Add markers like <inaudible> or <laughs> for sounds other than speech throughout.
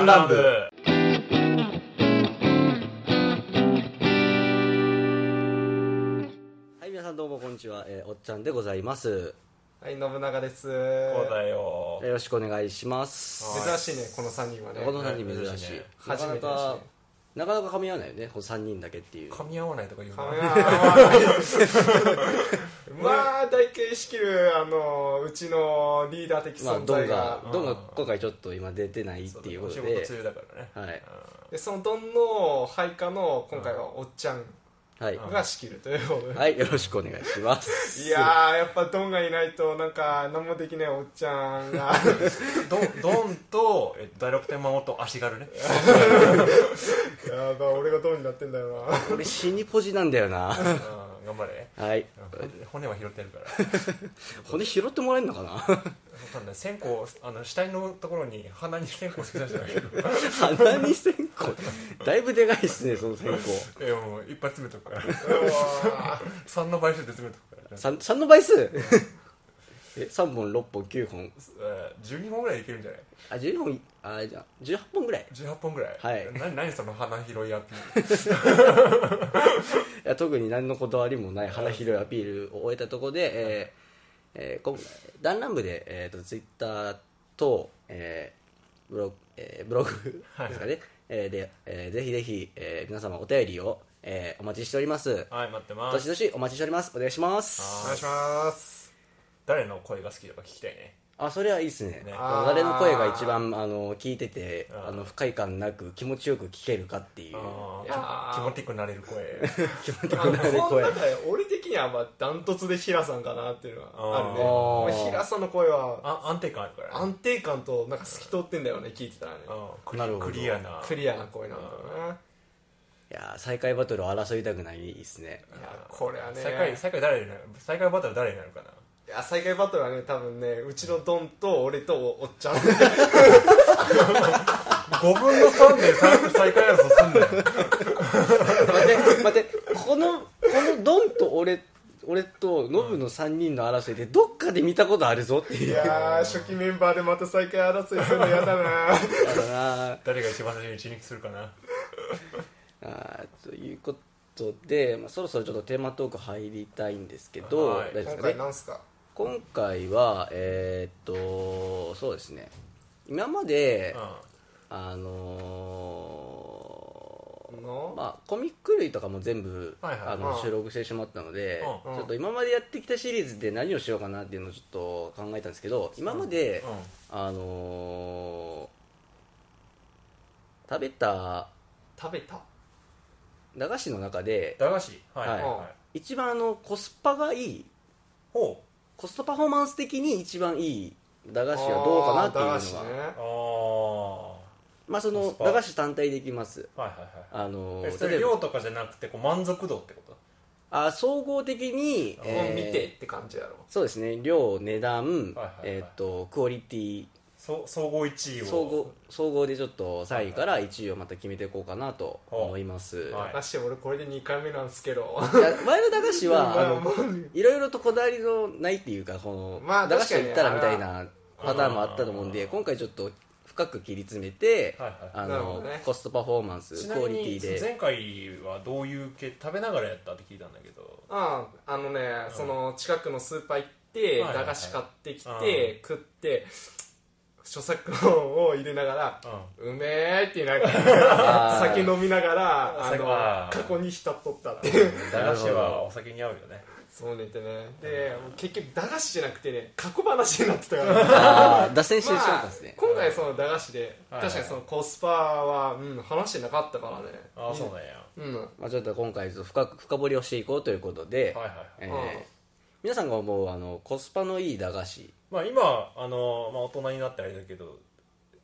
ランランブはい、皆さんどうもこんにちは、えーおっちゃんでございます。はい信長ですそうだよえーよろしくお願いします。珍しいねこの3人はねこの3人珍しい。な初かめなてだしかね、なかなか噛み合わないよね、この3人だけっていう。噛み合わないとか言うなカメラ <laughs> まあ大形仕切るあのうちのリーダー的まあ、存ドン在がが、ドンが今回ちょっと今出てないっていうこお仕と事で、中だからねはい、でそのドンの配下の今回はおっちゃんはい、が仕切るということではい、よろしくお願いします。いやーやっぱドンがいないとなんか何もできないおっちゃ <laughs> んが <laughs> ドンドンとえっと第六天魔王と足軽ねやばい俺がドンになってんだよな俺死にポジなんだよな。 <laughs> うん頑張れはい、うん骨は拾ってるから分骨拾ってもらえるのかなかんない線香あの死体のところに鼻に線香つけたじゃないけど鼻に線香だいぶでかいっすねその線香 <laughs> いやもういっぱい詰めとくからうわ3の倍数で詰めとくから、 3, 三の倍数え3本6本9本えー12本ぐらいいけるんじゃないあ12本いあじゃあ18本ぐらい18本ぐらい、はいな何その鼻拾いアピいや特に何のこだわりもない花広いアピールを終えたところで、えーえー今回弾丸部で、えー、とツイッターと、えーブログえーブログですかね、えーでえーぜひぜひ、えー皆様お便りを、えーお待ちしておりますはい待ってまどしすどしお待ちしておりますお願いしますお願いします誰の声が好きとか聞きたいねあそれはいいですねねあのあー誰の声が一番あの聞いててあーあの不快感なく気持ちよく聞けるかっていうあいやあ気持ちよくなれる声あのこの中で俺的にはまあダントツで平さんかなっていうのはあるねあーまあ平さんの声はあ安定感あるからね安定感となんか透き通ってんだよね聞いてたらねクリなるほどクリアなクリアな声なんだよないやー再会バトルを争いたくないですねいやこれはね最下位最下位誰になる最下位バトル誰になるかないや最下位バトルはね多分ねうちのドンと俺とおおっちゃん5分の3で最最下位争いすんだよ待って待ってこのこのドンと俺俺とノブの3人の争いでどっかで見たことあるぞってい <laughs> いうやー初期メンバーでまた最下位争いするのやだなやだなあ誰が一番最初に一撃するかなーということで、まあ、そろそろちょっとテーマトーク入りたいんですけど、はい大丈夫です今かね回なんすか今回はえーっとそうですね今まで、うあのーのまあ、コミック類とかも全部、はいはいあのうん収録してしまったので、うんうんちょっと今までやってきたシリーズで何をしようかなっていうのをちょっと考えたんですけど今まで、んうんあのー食べた食べた駄菓子の中で駄菓子はいははいいはい一番あのコスパがいいほうコストパフォーマンス的に一番いい駄菓子はどうかなっていうのあがー駄菓子ねああまあ、そコのスパ駄菓子単体でいきますはいはいあのはいえそー例えれば量とかじゃなくてこう満足度ってことあ総合的に、こう見てって感じやろそうですね量値段、はいはいはいえーっとクオリティそ総合1位を総合総合でちょっと3位から1位をまた決めていこうかなと思います、はい私俺これで2回目なんすけどいや前の駄菓子 <laughs> はあまあのまあいろいろとこだわりのないっていうかこの、まあ駄菓子と言確かにったらみたいなパターンもあったと思うんであー今回ちょっと深く切り詰めて、はいはいあなるほのどねコストパフォーマンスちなクオみリテにィで前回はどういう系食べながらやったって聞いたんだけどあああのね、その近くのスーパー行って、はいはいはい駄菓子買ってきて、う食って著作音を入れながらうん「うめえ」って言いながあらー酒飲みながらあ酒はの過去に浸っとったっていう駄菓子はお酒に合うよねそうねってねで結局駄菓子じゃなくてね過去話になってたから、あー脱線してしまったまんあですね、、今回その駄菓子で、はい確かにそのコスパは、うん、話してなかったからねああそうなんやうんまあ、ちょっと今回ちょっと深く深掘りをしていこうということで、はいはいはいえーうん皆さんが思うあのコスパのいい駄菓子まあ、今あの、まあ、大人になってあれだけど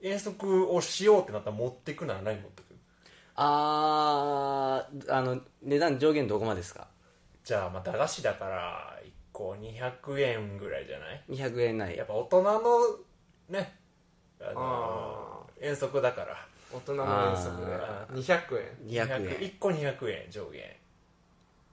遠足をしようってなったら持ってくなら何持ってくあーあの値段上限どこまでですかじゃあまあ駄菓子だから1個200円ぐらいじゃない200円ないやっぱ大人のねあのあ遠足だからー大人の遠足であ200円200円1個200円上限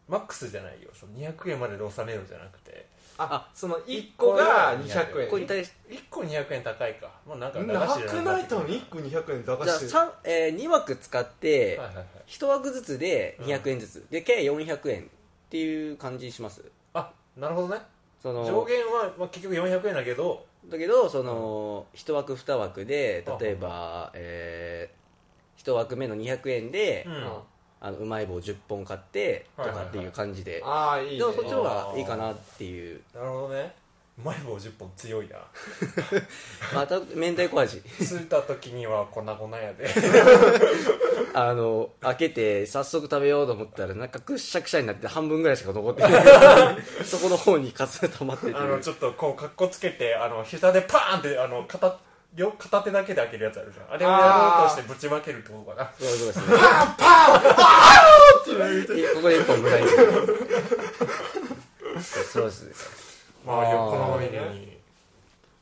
マックスじゃないよその200円までで納めるんじゃなくてああその1個が200こ円こに対して1個200円高いかもうなんかな駄菓子じゃくないと思う1個200円駄菓じゃあ子三えー、2枠使ってはいはいはい1枠ずつで200円ずつ、で計400円っていう感じにしますあなるほどねその上限は、まあ、結局400円だけどだけどその1枠2枠で例えば、え1枠目の200円で、うんうんあのうまい棒10本買ってとかっていう感じで、ああいいねでもそっちの方がいいかなっていうなるほどねうまい棒10本強いなまた明太子味着いた時には粉々 <laughs> やであの開けて早速食べようと思ったらなんかくっしゃくしゃになって半分ぐらいしか残ってないそこの方にかつ溜まっててあのちょっとこうかっこつけてあの膝でパーンってあの片両片手だけで開けるやつあるじゃんあれをやろうとしてぶちまけるってことかなそうそうそういやここで一本無駄に <laughs> そうですねまああー横の上に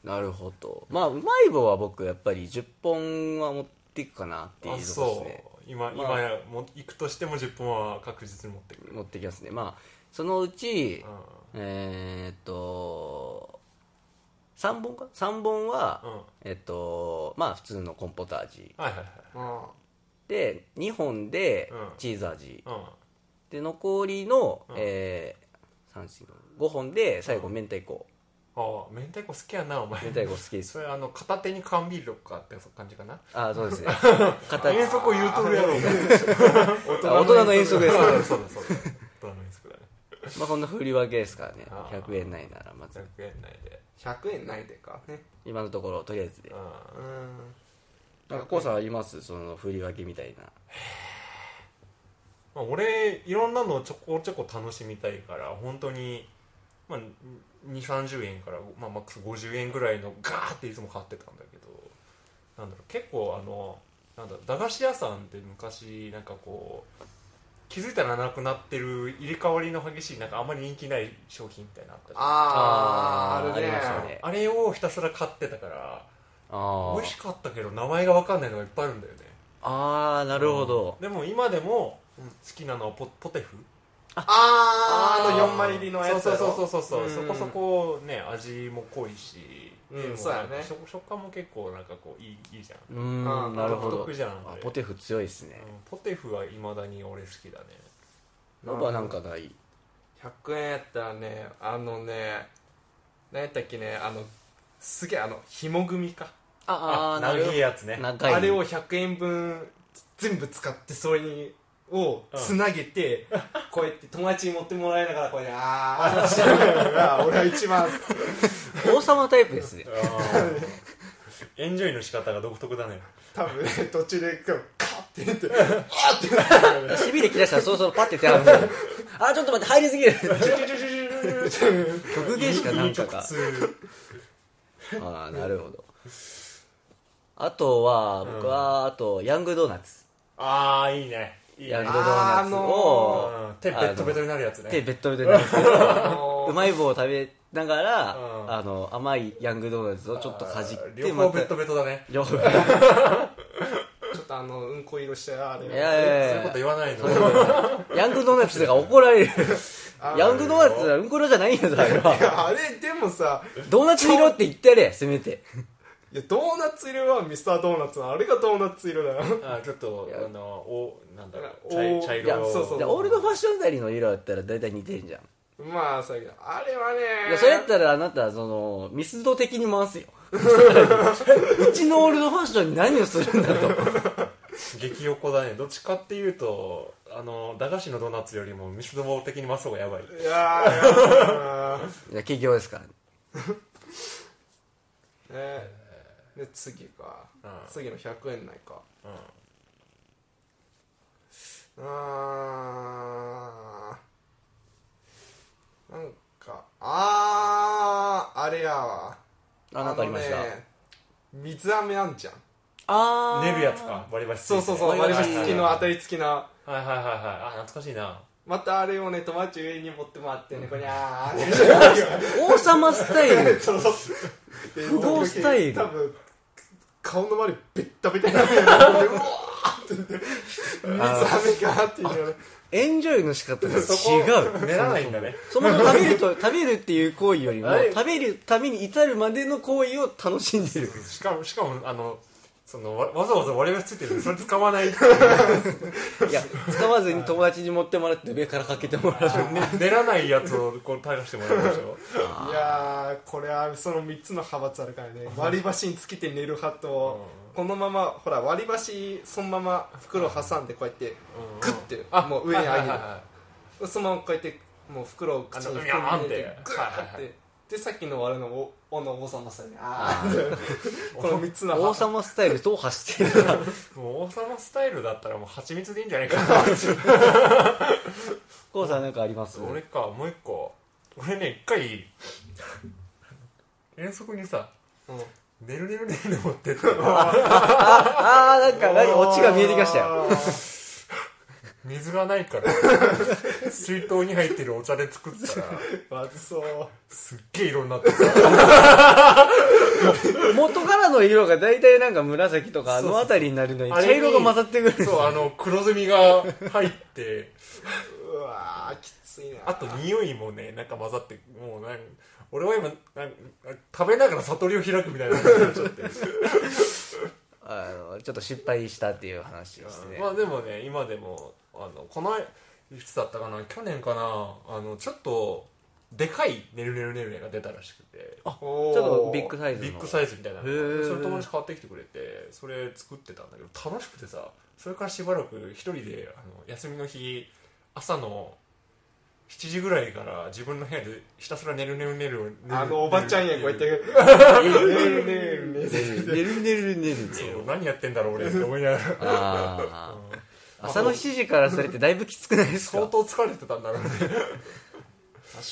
なるほどまあうまい棒は僕やっぱり10本は持っていくかなっていうあとこそですねう今、まあ今も行くとしても10本は確実に持ってくる、持ってきますねまあそのうち、うんえーっと3本か3本は、うんえっとまあ普通のコンポタ味はいはいはいうんで2本でうんチーズ味、うんで残りの、うんえー、3 4 5本で最後明太子、ああ明太子好きやなお前明太子好きですそれあの片手に缶ビールとかって感じかなあそうですね片遠足を言うとるやろお前大人の遠足ですそうだそうだそうだ大人の遠足だねまあこんな振り分けですからねあー100円ないならまず100円内で100円ないでかね今のところとりあえずでううんなんかこうさんありますその振り分けみたいなんまあ俺いろんなのをちょこちょこ楽しみたいから本当にまあ2 3 0円から、まあ、マックス50円ぐらいのガーっていつも買ってたんだけどなんだろう結構あのなんだろう駄菓子屋さんって昔なんかこう気づいたらなくなってる入れ替わりの激しいなんかあんまり人気ない商品みたいなのあったじゃんあーああーるねありましたねあれをひたすら買ってたからあ美味しかったけど名前が分かんないのがいっぱいあるんだよねあーなるほど、でも今でもう好んきなのはポポテフあーああーの4枚入りのやつそうやろそうそうそうそう、うんそこそこね味も濃いし、うんでもそうやねなんか食食感も結構なんかこういいいいじゃん、うーんうんなるほ独ど特じゃんああれポテフ強いですねうんポテフはいまだに俺好きだね僕はなんかない100円やったらねあのね何やったっけねあのすげえあの紐組かああなる長いやつね長いあれを100円分全部使ってそれにをつなげ <laughs> て、こうやって友達に持ってもらいながらこうやってああしてるのが俺は一番好き <laughs> 王様タイプ <laughs> ですねあーエンジョイの仕方が独特だね多分ね途中でこうカッて言ってあーってなったからねしびれ切らしたらそろそろパッて手 <laughs> 離すあーちょっと待って入りすぎる極限しかなんかが <laughs> ああなるほどあとは僕はあとヤングドーナツああいいねいいヤンねグドーナツをうん手ベットベトになるやつね手ベッドみたいになるんですけどあ <laughs> のうまい棒を食べながら、うんあの甘いヤングドーナツをちょっとかじっあーて両方たベットベトだね両方いちょっとあのうんこ色したあれやいや <laughs> そういうこと言わないのヤングドーナツが怒られるヤングドーナツはうんころじゃないんだぞあれいはやあれでもさドーナツ色って言ってやれせめていやドーナツ色はミスタードーナツのあれがドーナツ色だよ <laughs> あちょっとあのおなんだろうお茶い茶いや色をそうそうでオールドファッションなりの色だったら大体似てるじゃん、まあそうやけどあれはねいやそれやったらあなたそのミスド的に回 <laughs> すようちのオールドファッションに何をするんだと <laughs> 激横だねどっちかっていうとあの駄菓子のドーナツよりもミスドボー的にマスオがやばいいやー <laughs> いいやや企業ですからねーねで次か、うん次の100円ないかうんあーなんかあーあれやわあなんかありましたのね水飴あんじゃんああ練るやつか割り箸ついてそうそうそう割割りり箸箸付きの当たり付きなはいはいはいはいあ懐かしいなまたあれをね友達上に持ってもらってねこにゃーって王様スタイルそうそう不不動スタイル多分顔の周りベッタベタになってるうわーってってんで水飴かっていうのがねエンジョイの仕方が違うそこ練らないんだねそもそも食べると食べるっていう行為よりもはい食べるために至るまでの行為を楽しんでるしかもしかもあのそのわわざわざ割り箸ついてるのにそれ使わ <laughs> ないっていういや使わずに友達に持ってもらって上からかけてもらうね練らないやつをこう垂らしてもらうでしょいやーこれはその3つの派閥あるからね割り箸につけて寝る派とこのままほら割り箸そのまま袋挟んでこうやってクッてもう上に上げるそのままこうやってもう袋を口にあの含んでビャーンってグーっはいはいはてでさっきの割るのをおの王様さんにああ <laughs> この3つの王派様スタイル踏破して <laughs> るなもう王様スタイルだったらもう蜂蜜でいいんじゃないかなコウさんなんかあります俺かもう一個俺ね一回遠足にさうん「ねるねるねるね」<laughs> 持ってってああなんか何オチが見えてきましたよ水がな <laughs> いから水筒に入ってるお茶で作ったらまずそうすっげえ色になってさ元からの色が大体なんか紫とかあの辺りになるのにそうそう茶色が混ざってくるそうあの黒ずみが入ってうわーきついなあと匂いもねなんか混ざってもうなん俺は今なん食べながら悟りを開くみたいな感じになっちゃって、あのちょっと失敗したっていう話ですねまあでもね今でもあのこのいつだったかな去年かなあのちょっとでかい「ねるねるねるね」が出たらしくてちちょっとビッグサイズのビッグサイズみたいなのへーそれ友達買ってきてくれてそれ作ってたんだけど楽しくてさそれからしばらく一人であの休みの日朝の7時ぐらいから自分の部屋でひたすら寝る寝る寝る寝るあのおばちゃんやこうやって「ね <laughs> るねるねるね寝る寝る寝るそう何やってんだろう俺って思いながらあうんあ朝の7時からそれってだいぶきつくないです <laughs> 相か当疲れてたんだろうね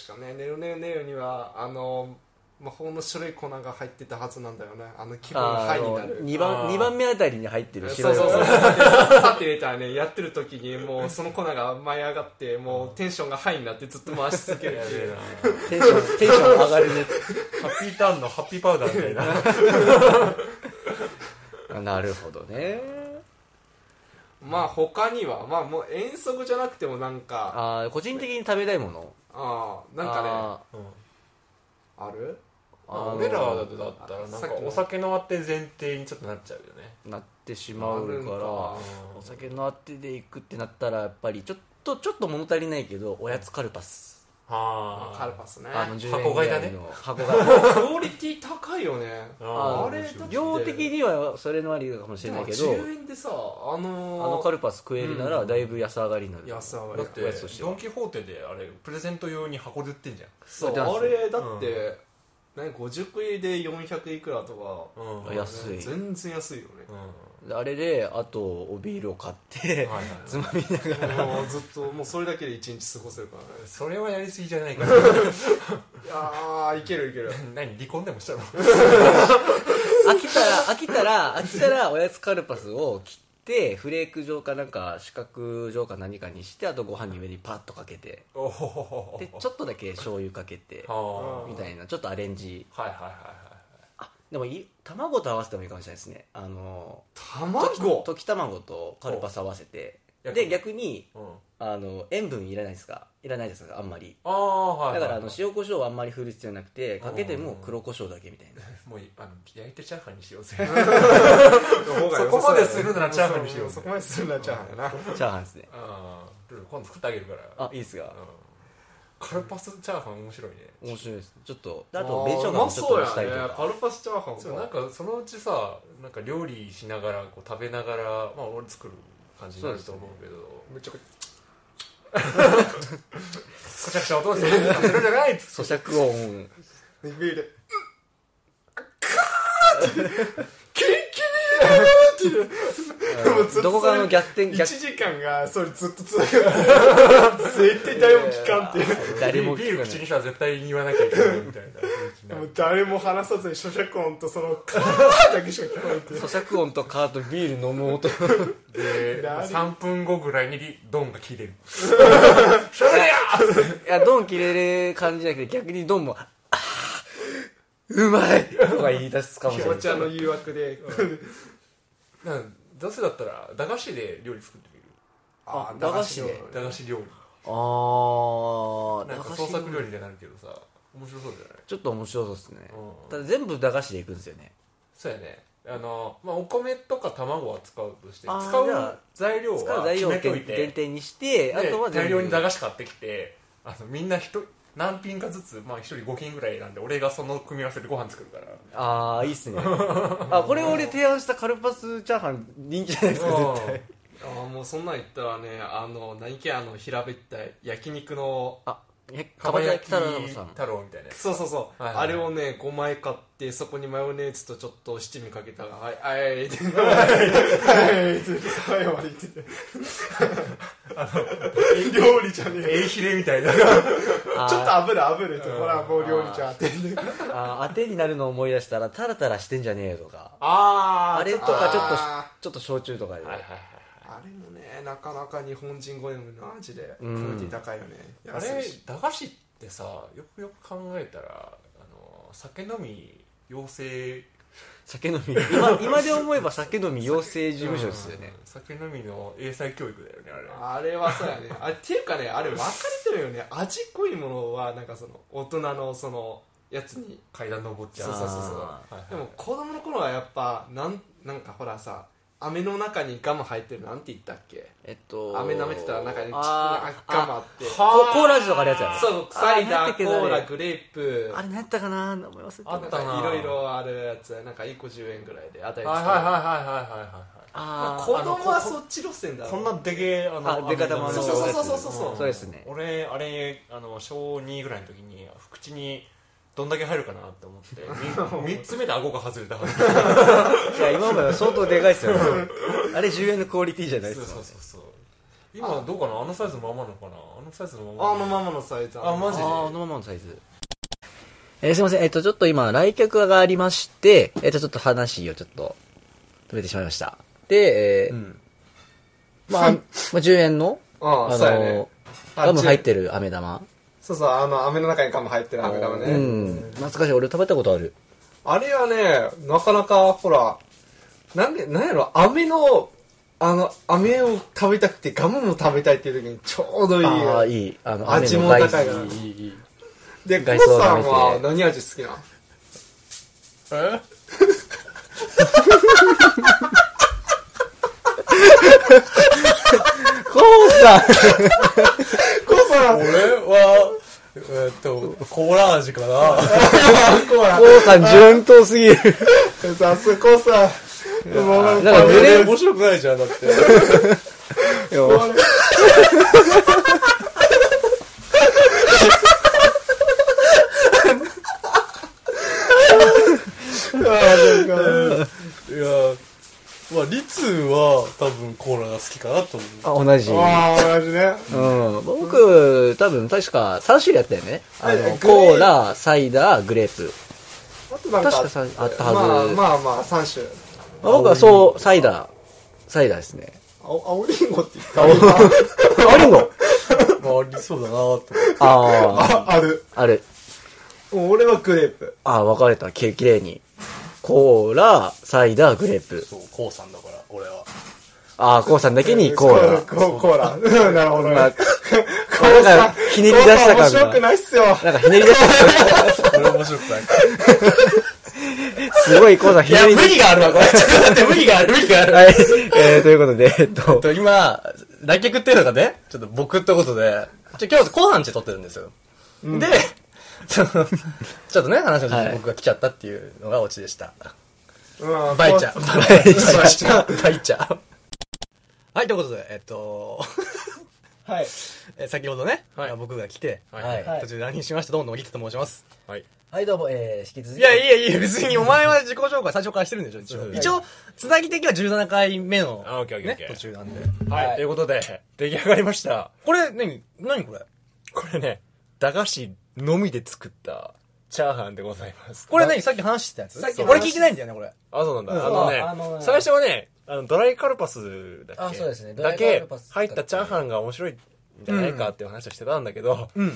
確かね「ねるねるねる」にはあの魔法の白い粉が入ってたはずなんだよねあの気分があハイにのなる2あ番ー二番目あたりに入ってるそ白ういそうそうのさて入れたらねやってる時にもうその粉が舞い上がってもうテンションがハイになってずっと回 <laughs> し続けやるってべいえうなテンションテンション上がるね <laughs> ハッピーターンのハッピーパウダーみたいなあなるほどねまあ他にはまあもう遠足じゃなくてもなんかあー個人的に食べたいものああなんかねああうんるーあの俺らだったらなんかお酒のあて前提にちょっとなっちゃうよねなってしまうなるんかからお酒のあてで行くってなったらやっぱりちょっとちょっと物足りないけどおやつカルパスはあカルパスねあの10円箱買いだねぐらの箱買いクオリティ高いよねああれだって量的にはそれのありかもしれでないもけど10円でさあのーあのカルパス食えるならだいぶ安上がりになる安上がだだりっってておやつとしてドはン・キホーテであれプレゼント用に箱で売ってんじゃそうダンスあれだって、何50個入りで400いくらとん、うんか、いや安い全然安いようんあれであとおビールを買 <laughs> ってはいはいつまみながらねもうずっともうそれだけで1日過ごせるからねそれはやりすぎじゃない <laughs> かないやーいけるいける何離婚でもしたの飽きたら飽きたら飽きたらおやつカルパスを切ってフレーク状かなんか四角状か何かにしてあとご飯に上にパッとかけておほほほほでちょっとだけ醤油かけてはみたいなちょっとアレンジあはいはいはいあでもいい卵と合わせてもいいかもしれないですねあの卵溶き卵とカルパス合わせておで逆にはい、うん、あの塩分いらないですかいらないですかあんまりああはいだはいからあの塩コショウはあんまり振る必要なくてかけても黒コショウだけみた <laughs> いなもういあの焼いてチャーハンにしようぜの方がそ良さこそうまだでよねするならチャーハンにしようぜそこまでするならチャーハンやなチャーハンですねうんルル今度作ってあげるからあいいですかうんカルパスチャーハン面白いね面白いですちょっとあと紅生姜もちょっとしたりとうまそうやねカかルパスチャーハンもそうなんかそのうちさなんか料理しながらこう食べながらまあ俺作る感じになると思うけどめちゃくちこちゃくちゃ音がする食べるじゃないっつって咀嚼 <laughs> 音ゃビールうん <laughs> どこかの逆転1逆時間がそれずっと続けた絶対誰も聞かんっていう誰もビー聞ルか口なにいしたら絶対に言わなきゃいけないみたいな雰囲気になでもる誰も話さずに咀嚼音とそのカーだけしか聞こえてない咀嚼音とカートビール飲む音でなる3分後ぐらいにリドンが切れるいやドン切れる感じじゃなくて逆にドンも「あーうまい!」とか言い出すかもし気れな持いちの誘惑でなんどうせだったら駄菓子で料理作ってみるあー駄菓子で駄の菓子料理あーなんか創作料理になるけどさ面白そうじゃないちょっと面白そうですねうんただ全部駄菓子でいくんですよねそうやねあの、まあ、お米とか卵は使うとしてあー使じゃあう材料使うは材決料をめと限い限て定にしてあでとは全部大量に駄菓子買ってきてあのみんな一人何品かずつ、まあ、一人5品ぐらい選んで俺がその組み合わせでご飯作るからああいいっすねあこれ俺提案したカルパスチャーハン人気じゃないですか絶対あーもうそんなん言ったらねあの何系あの平べったい焼肉のあえかかばば焼焼き太き太郎さん郎みたいなやつそうそうそう、はいはいあれをね5枚買ってそこにマヨネーズとちょっと七味かけたら「はいはいはい」って「はい」って「はい」はいって言って料理じゃねええいひれみたいなちょっと炙る炙るとほらもう料理じゃんってあー当てになるのを思い出したらタラタラしてんじゃねえよとかああれとかちょっとちょっと焼酎とかで、あれもねなかなか日本人好みの味でクオうんリティ高いよねあ安れいし駄菓子ってさよくよく考えたらあの酒飲み養成酒飲み今今で思えば酒飲み養成事務所ですよねうん酒飲みの英才教育だよねあれあれはそうやねあっていうかねあれ分かれてるよね味濃いものはなんかその大人のそのやつに階段登っちゃうそうそうそうそうはいはいでも子供の頃はやっぱなんなんかほらさ飴の中にガム入ってるなんて言ったっけえっと飴舐めてたら中にちっちゃいあーガムあってあココーラ味とかあるやつやろそうサイダあーなんだっーけコどあれーラグレープあれ何やったかな名前忘れてたあなっんたかないろいろあるやつなんか1個10円ぐらいであたりつけてはいはいはいはいはいはいはいあー子供はそっち路線だろこんなでけえああのでか玉のそうそうそうそうそうそうそうですね俺あれあの小2ぐらいの時に福地にどんだけ入るかなって思って3つ目で顎が外れたはずいや今まで相当でかいっすよねあれ10円のクオリティじゃないっすそうよねそうそうそう今どうかなあのサイズのままなのかなあのサイズのままあのままのサイズあマジであーあのままのサイズえーすいませんえっ、とちょっと今来客がありましてえっ、とちょっと話をちょっと止めてしまいましたで、えーんまあ、まあ10円のああのそうやねあガム10入ってる飴玉そうそうあの飴の中にガム入ってる飴玉ね、うん懐かしい俺食べたことあるあれはねなかなかほらなんでなんやろ飴のあの飴を食べたくてガムも食べたいっていう時にちょうどいいああいいあの味も飴高いからいいいいいいでコ外ウ装さがん見ては何味好きなのえコウ <laughs> さんコウさん俺はえーっとコーラ味かなコウさコウさん順当すぎるんさすがコウさんもうなんなんかかグ <laughs> レー面白くないじゃんだっていやいやまあリツは多分コーラが好きかなと思うあ同じああ同じねうん、僕、多分確か3種類あったよね。あはの、いグレーコーラ、サイダー、グレープ。あとなん確かかさあったはずまあまあまあ3種まあ僕はそう、サイダー。サイダーですね。青青りんごって言ったあるのまあありそうだなと思ってああ、ああるある。俺はグレープああ、分かれた。ききれいに。コーラ、サイダー、グレープ。そうコウさんだから俺はああ、コウさんだけにコーラ。ココーラうんなるほどねまあコーラなんかひねり出したコ感ーラ面白くが。ないっすよなんかひねり出したこれ面白くないかすごいコウさんひねり出しがあるわこれちょっと待って無理がある無理があた。はい。えー、ということで、えっと、と今来客っていうのがねちょっと僕ってことでちょ今日後半で撮ってるんですよ、で <laughs> そのちょっとね話の途中はでい僕が来ちゃったっていうのがオチでした、うんバイチャこバイチャバイチャはいということでえっとうはい <laughs> え先ほどね、はい僕が来て、はいはい途中で乱入しましたどうもリツと申しますはいはい、どうも、えー、引き続き。いや、いやいや、別にお前は自己紹介最初からしてるんでしょ、一う応。ん一応、つなぎ的には17回目のあオッケーオッケーオねッケー途中なんで。はい、ということで出来上がりましたこれ、何何これこれね駄菓子のみで作ったチャーハンでございますこれ何さっき話してたやつさっき話俺聞いてないんだよね、これ。あ、そうなんだ。うんあのねあのね最初はね、あのドライカルパスだっけあそうですねドラだイカけルパス使っ入てったチャーハンが面白いんじゃないかっていう話をしてたんだけど、うん。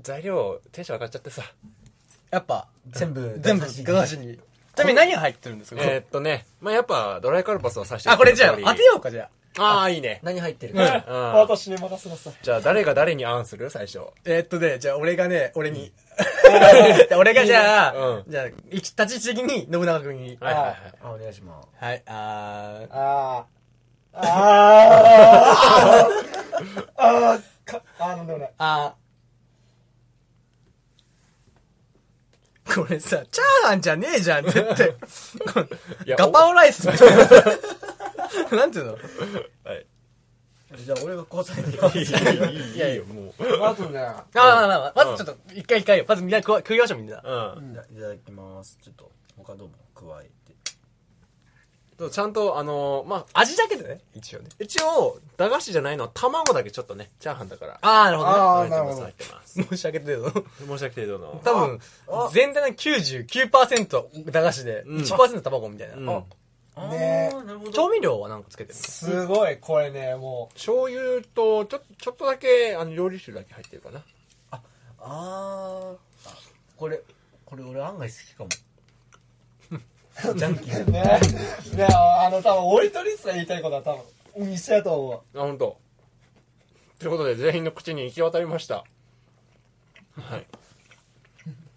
材料テンション上がっちゃってさ、やっぱ、全部、全部、ガガシに。なみに何が入ってるんですかえーっとね、まあやっぱドライカルパスはさしてあ、これじゃあ、当てよううか、じゃああ、いいねう。何入ってるあ。か、うん私に任せなさい。じゃあ誰が誰にアンする最初。えーっとね、じゃあ俺がね、俺に。 <laughs> 俺がじゃうあ、じゃあ、立ち位置的に信長君に。はいはいはい。あ、お願いします。はい、あー。あー。あー。あー。かあー、なんでもない。あこれさ、チャーハンじゃねえじゃん、絶 <laughs> 対。いやガパオライスみたい <laughs> な。なんていうのじゃあ俺が交 <laughs> 際に行きます。いいいいいいよ、もう。まずね、あまあまあまあまずちょっと、一回一回よ。まずみんな食わ食いましょう、みんな。うん。いたいただきます。ちょっと、他どうも加えて。そうちゃんと、あのー、まあ、味だけでね。一応ね。一応、駄菓子じゃないのは卵だけちょっとね、チャーハンだから。ああ、なるほどね。あー入ってますな入っるてます。申し上げてるの。申し訳程度の。多分ああ、全体の99%駄菓子で、うん1%卵みたいな。うん。あねー、なるほど。調味料はなんかつけてるすごいこれねも醤油と、ちょ、ちょっとだけ、あの、料理酒だけ入ってるかな。あー。あこれ、これ俺案外好きかも。 <laughs> ジャンキー。うねであの多分オリトリスが言いたいことは多分一緒やと思うあ、本当。ということで、全員の口に行き渡りました。はい。 <laughs>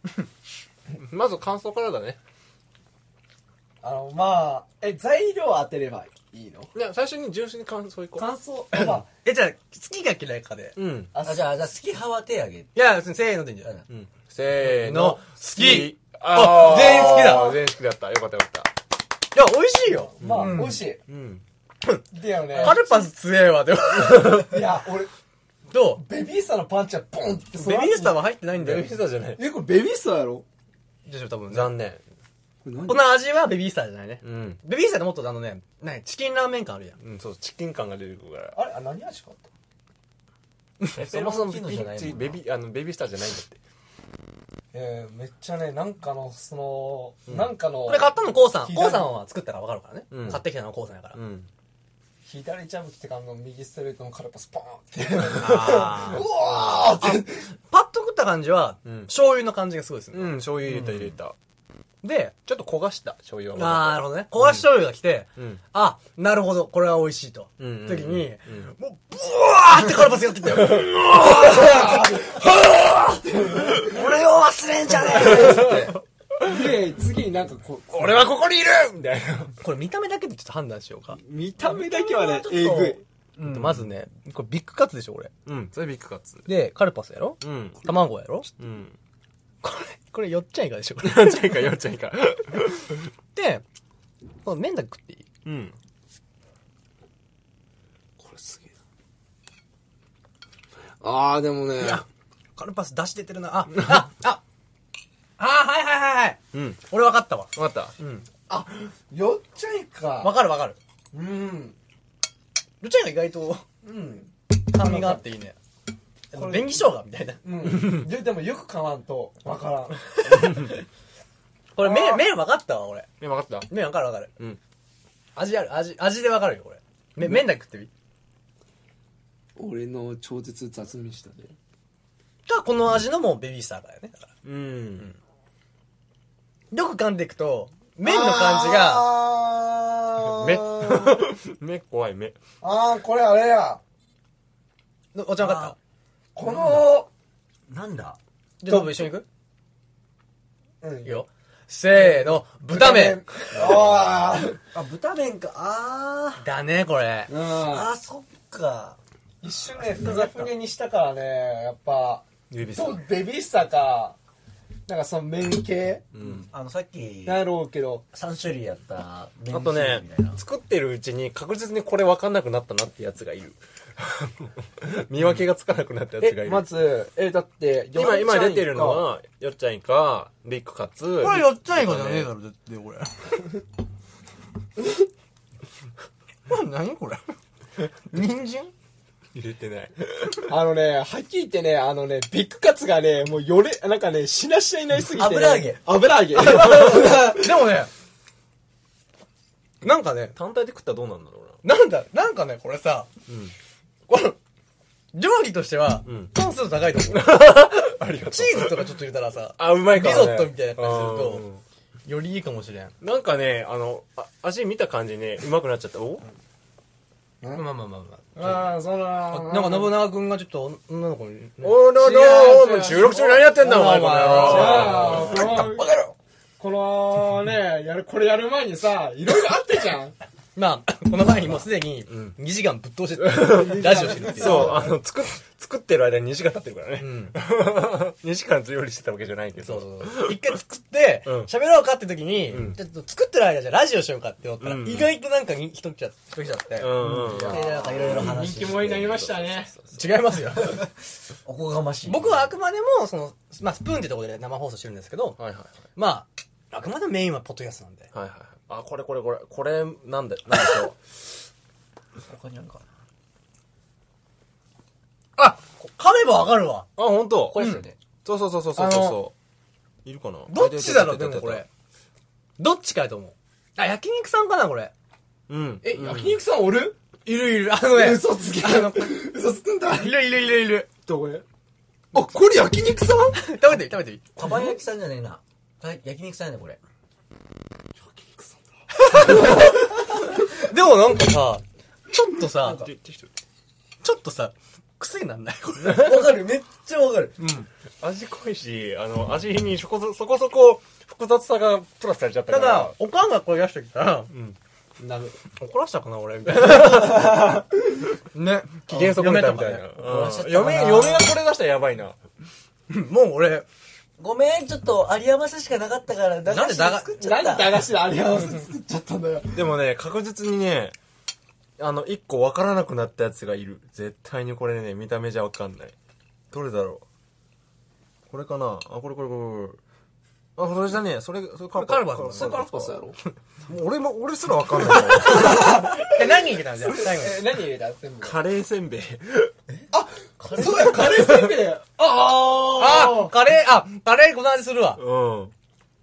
まず感想からだね。あのまあえ材料を当てればいいのいや、最初に純粋に感想いこ感想まあえ、じゃあ、好きか嫌いかで。う。うん。あ、じゃあ、じゃあ、好き派は手あげて。いや、別にせーのでいいんじゃないうん。せーのの好。きあーあ全員好きだ全員好きだった。よかったよかった。いや、美味しいよ。まあ、美味しいうん。でよねカルパス強えわ、でも。いや俺どうベビースターのパンチはボンってベビースターはは入ってないんだベよビー。スターじゃない。えこれベビースターやろでしょ、多分ね。残念。この味はベビースターじゃないね。うん。ベビースターってもっとあのね、ね、チキンラーメン感あるやん。うん、そう、チキン感が出てくるから。あれあ何味かったそもそもペベペロンチーノじビゃないもんなベビあのベビースターじゃないんだって。えー、めっちゃねなんかのその、なんかのこれ買ったのコウさん。左コウさんは作ったから分かるからね。うん買ってきたのはコウさんやから。うん。左ジャブ来てからの右ストレートのカルパスポーンってあーあーってパッと食った感じは、うん醤油の感じがすごいですね。うん、醤油入れた入れた。で、ちょっと焦がした、醤油あー、なるほほどね。焦がし醤油が来て、うん。あ、なるほど、これは美味しいと。うんうんうん時に、うんもう、ブワーってカルパスやってきたよ。うわー俺を忘れんじゃねえつってで次になんかこう <laughs> 俺はここにいるみたいな。これ見た目だけでちょっと判断しようか。見た目だけはねちょっとえぐいまずね、これビッグカツでしょ、これ。うん、それビッグカツ。で、カルパスやろうん。卵やろうん。これ、これ、よっちゃんいかでしょ、こ <laughs> れ。 4ちゃんいか、4ちゃんいか。で、この麺だけ食っていいうん。ああでもねカルパス出汁出てる <laughs> な。あ、あ、あ、あ、はいはいはいはい。うん。俺分かったわ。わかった。うん。よっちゃい分かかる分かる。うんよっちゃんが意外とうん酸味があっていいね。あの紅生姜みたいな。うんででもよく買わんとわからん <laughs> これ麺、麺分かったわ、俺。え、わかっ麺分かる分かる。うん。味ある、味、味で分かるよ、これ。め麺だけ食ってみ。俺の超絶雑味したねが、この味のもうベビースターだよね。だからたうん。よく噛んでいくと、麺の感じが、あ目ー <laughs> 目、怖い目。あーこれあれやのお茶分かっこのなんだたじゃあ、ノブ一緒に行くうんいいよ。せーの、豚麺あーあ、豚麺か。あだね、これ。ー。ああー、そっか。一瞬ねふざふげにしたからねやっぱ指さど。うベビースターかなんかその麺系うん。あの、さっき、だろうけど3種類やったあとね、作ってるうちに確実にこれ分かんなくなったなってやつがいる。見分けがつかなくなったやつがいえる。まずえだって今、今出てるのよっは、よっちゃんいか、ビッグカツ。ここれよっちゃんいかじゃねえだろ、だって、これ。 <laughs> これ何これ人参入れてない。ちゃんかあのねはっきり言ってねあのねビッグカツがねもうよれなんかねしなしなになりすぎて、ね、油揚げ油 <laughs> 揚げでもね、なんかね、単体で食ったらどうなんだろなんだ、なんかね、これさ、うな。うん。この、料理としてはうん、関数高い <laughs> と思う。ありがとう。チーズとかちょっと入れたらさ、あ、うまいから、ね。リゾットみたいな感じするうとんよりいいかもしれん。なんかねあのあ足見た感じねうまくなっちゃったおまあまあまあまあ。ああ、そうだあなんか信長君がちょっと女の子に。おら違う違うらもう収録中に何やってんだお前この野じ郎ゃあ、この、このね、やる、これやる前にさ、いろいろあったじゃん。ま <laughs> あ、この前にもうすでに2時間ぶっ通してラジオしてるっていう。そうあの作っ作ってる間に2時間経ってるからねうん。 <laughs> 2時間料理してたわけじゃないけどそうそうそう。一回作って、うん喋ろうかって時に、んちょっと作ってる間じゃあラジオしようかって思ったら、うん意外となんかに人来ちゃ人来ちゃって。うんうんで、なんかいろいろ話して人気者になりましたね。違います <laughs> よ。おこがましい。僕はあくまでも、その、まあ、スプーンってところで生放送してるんですけど、はいはいはいまあ、あくまでメインはポッドキャストなんで。はいはいあこれこれこれこれなんでなんでしょう他にあるかなあ噛めばわかるわ <laughs> あ本当これですよね。そうそうそうそうそうあそういるかなどっちだろういたでいたもいたいたこれ。どっちかやと思う。あ、焼肉さんかなこれ。うんえ、焼肉さんおるいるいる。あのね。嘘つけ。あの、嘘つくんだ。いるいるいるいる。どこへあ、これ焼肉さん <laughs> 食べてみ、食べてみ。かば焼きさんじゃねえな。か焼肉さんやね、これ。でもなんかさ、ちょっとさ、ちょっとさ、癖になんないこれ。わかる、めっちゃわかる。味濃いしあの味にそこそそこそこ複雑さがプラスされちゃったかたらだ、おかんがこれ出してきたら、んなる怒らしたかな俺、みたいな。 <laughs> ね。機嫌損ねたみたいな、嫁とらしちゃったかうんな嫁嫁がこれ出したらやばいなかねもう俺、ごめん、ちょっと、有り余さしかなかったから、駄菓子で <laughs> 作っちゃ何っ駄た。菓子であれを作っちゃったんだよ。でもね確実にねあの一個分からなくなったやつがいる絶対にこれね見た目じゃ分かんないどれだろうこれかなあこれこれこれこれあそれじゃねえそれそれカルカルパスだそれカルパスやろもう俺も俺すら分かんないよえ、何人いたのじゃあ、最後に。え、何入れた全部。 <laughs> カレーせんべいそうや、カレーせんべい。あああカレー、あ、カレーこの味するわ。うん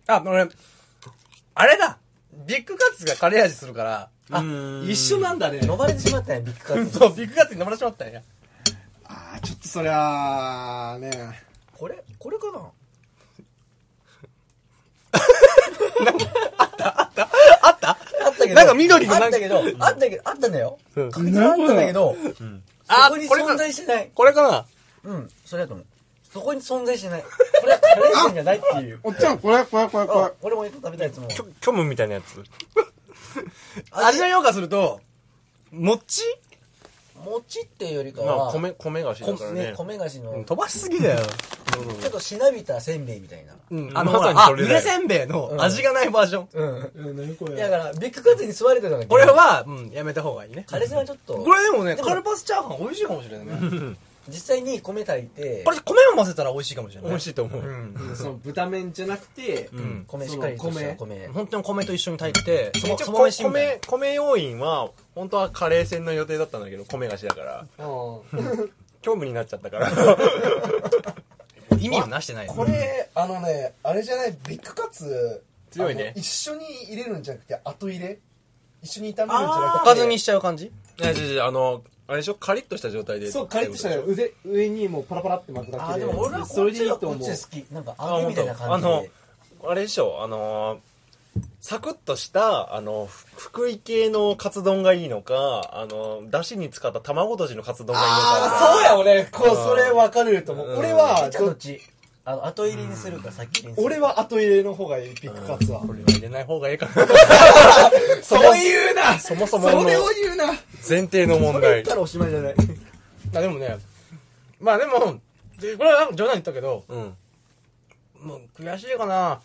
あ、俺、あれだビッグカツがカレー味するから、あ一緒なんだね。飲まれてしまったね、ビッグカツに。そう、ビッグカツに飲まれてしまったんや。ああ、ちょっとそりゃあ、ねこれ、これかなあったあったけど。なんか緑のあなんかったけど、あったけど、あったんだよ。確実にあったんだけど、あそこにこれか存在してない。これかなうん、それだと思う。そこに存在してない。これはカレー店じゃないっていう。おっちゃん、これ、これ、これ、あ、俺も食べたやつも。虚虚無みたいなやつ味の評価すると、もっち餅っていうよりかまあは、米米がしだからねね、米菓子の、飛ばしすぎだよ。ちょっとしなびたせんべいみたいな。うん、あの、まさにあ、それぬだよれせんべいの味がないバージョン。うん。何こだれ。から、ビッグカツに座れてたのこれ、は、うん、やめた方がいいね。カレーさんはちょっと、これでもね、でもカルパスチャーハン美味しいかもしれないね。実際に米炊いてこ、れ米を混ぜたら美味しいかもしれない。美味しいと思う、うん。その豚麺じゃなくて、うん米しっかりとしたそ米。本当に米と一緒に炊いて、そば、一そ応ばこ飯みたいな米米要員は本当はカレー戦の予定だったんだけど米菓子だから虚無になっちゃったから <laughs> 意味をなしてないよね。これあのねあれじゃないビッグカツ強いねあの一緒に入れるんじゃなくて後入れ一緒に炒めるんじゃなおくてかずにしちゃう感じいや違う違うあのあれでしょカリッとした状態でそう、カリッとしたら腕、上にもうパラパラって巻くだけで。あ、でも俺はそこっれでちいいはとこ思っうち。好き。なんか、あ揚げみたいな感じ本で。当あれでしょあのサクッとしたあのふ福井系のカツ丼がいいのかあのだしに使った卵とじのカツ丼がいいのかそうや、俺、こう、それ分かれると思う。俺は、じゃあどっちあの、後入りにするか先入りにするか。俺は後入れの方がいい、ビッグカツは。これは入れない方がい <laughs> いかな。そういうなそもそものそれを言うな前提の問題らおしまいじゃない。あでもね、まあでも、でこれは冗談言ったけど、うんもう悔しいかな。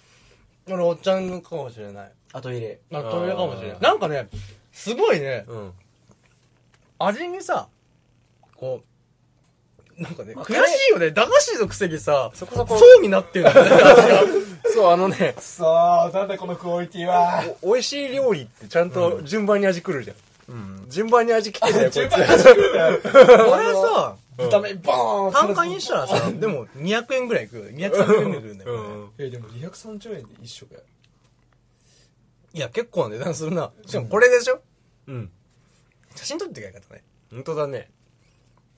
俺、おっちゃんかもしれない。後入れ。あ、トイレかもしれなあい。ーなんかね、すごいね、うん味にさ、こう、なんかね、悔しいよね。駄菓子のくせにさ、そこそこそうになってるんだよね。そうあのねくそー、なんだこのクオリティ <laughs> は。お <laughs> 美味しい料理ってちゃんと順番に味来るじゃん、順番に味来て <laughs> たよこいつ <laughs> 俺さ、豚麺ボーン単価にしたらさ、でも200円ぐらいいくよ。230円ぐらいいくんだうよね。んえでも230円で一食や。いや、結構な値段するな。しかもこれでしょうん写真撮ってくれよかったね。本当だね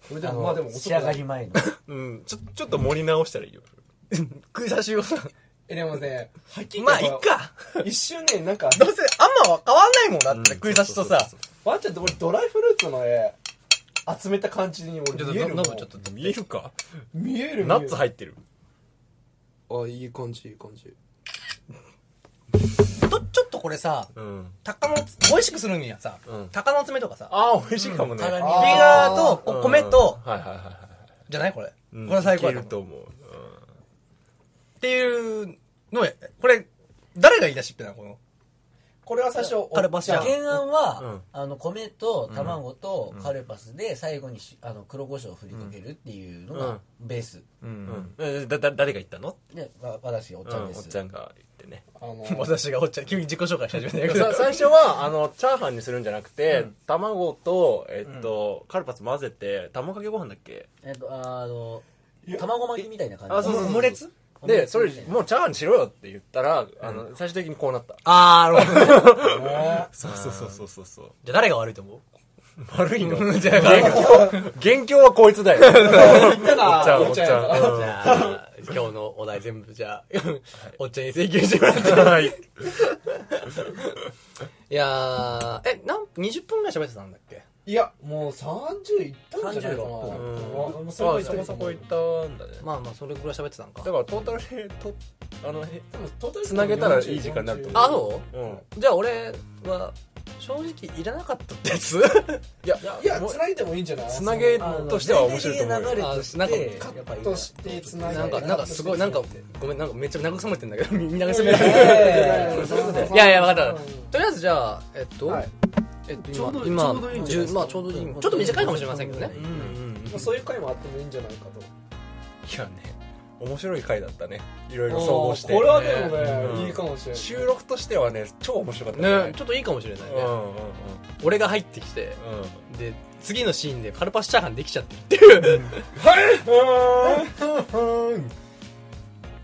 これであも、のまあでも、仕上がり前の。うんちょちょっと盛り直したらいいよ食い差しをさ、え、でもね、はっきりま言っあ、いてっか。一瞬ね、なんか、どうせ、あんまは変わんないもんだって、食い差しとさ。ワンちゃんって俺ドライフルーツのね、集めた感じに俺見えるもん。と、見えるか。見えるナッツ入ってる。あいい感じいい感じと、ちょっとこれさ、うん鷹の、美味しくするにはさうん、鷹の爪とかさ、ああ美味しいかもねビネあガーとこ米と、はいはいはいはいじゃないこれ。うんこれ最い高けやるとと思う。思うっていうのをやこれ、誰が言い出しっぺなのこの。これは最初、カルパスおや茶ん系う原案は、うんあの米と卵とカルパスで最後にしあの黒胡椒を振りかけるっていうのがベース、うんえだだ誰が言ったのでわ私おっちゃんうでんおっす、ちゃんが言ってねあの、 <laughs> 私がおっちゃん、急に自己紹介し始めたんだけどさ。最初はあのチャーハンにするんじゃなくて、卵と、えっとカルパス混ぜて卵かけご飯だっけえっとあの卵巻きみたいな感じあそうそうそオうムレツでそれもうチャーハンにしろよって言ったら、あの最終的にこうなったあー、なるほどね。 <laughs> そうそうそうそうそうそうじゃあ誰が悪いと思う悪いのうんじゃあ誰が。元凶はこいつ <laughs> だよおっちゃんおっちゃんじゃあ、今日のお題全部じゃあ、おっちゃんに請求してもらって。はい <laughs> いやー、え、なん、20分ぐらい喋ってたんだっけいや、もう30いったんじゃない36かな。う分んうもんうそこそこいってますそこ行ったんだねまあまあ、それぐらい喋ってたんだか。からトータルでとあのへでもトータル繋げたらいい時間になると思あ、そうんうじゃあ俺は、正直いらなかったってやつ <laughs> いやいや、繋いでもいいんじゃないつなげとしては面白いと思うよ流れとしてあなんかやっぱりとして繋いで。なんか、なんかすごい、なんか、ごめん、なんかめっちゃ慰めてんだけど、みみんな慰めてる。いいやいや、わかった。とりあえずじゃあ、えっと、はいえっと、ちょうど今、ち今ょうどいいんじゃないで10すまかあちょうどいい。ちょっと短いかもしれませんけどね。うんうんまあそういう回もあってもいいんじゃないかと。いやね面白い回だったねいろいろ総合してこれはでもうんね、いいかもしれない。収録としてはね超面白かったね、ちょっといいかもしれないうんうんね。うん俺が入ってきて、うんで、次のシーンでカルパスチャーハンできちゃってるっていう。あ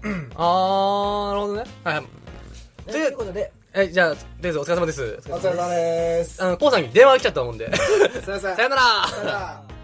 ー、なるほどね。はいはい。ねということでえ、じゃあ、とりあえずお疲れ様です。お疲れ様です。あの、コウさんに電話が来ちゃったもんで。 <laughs> すいませんさよならさよなら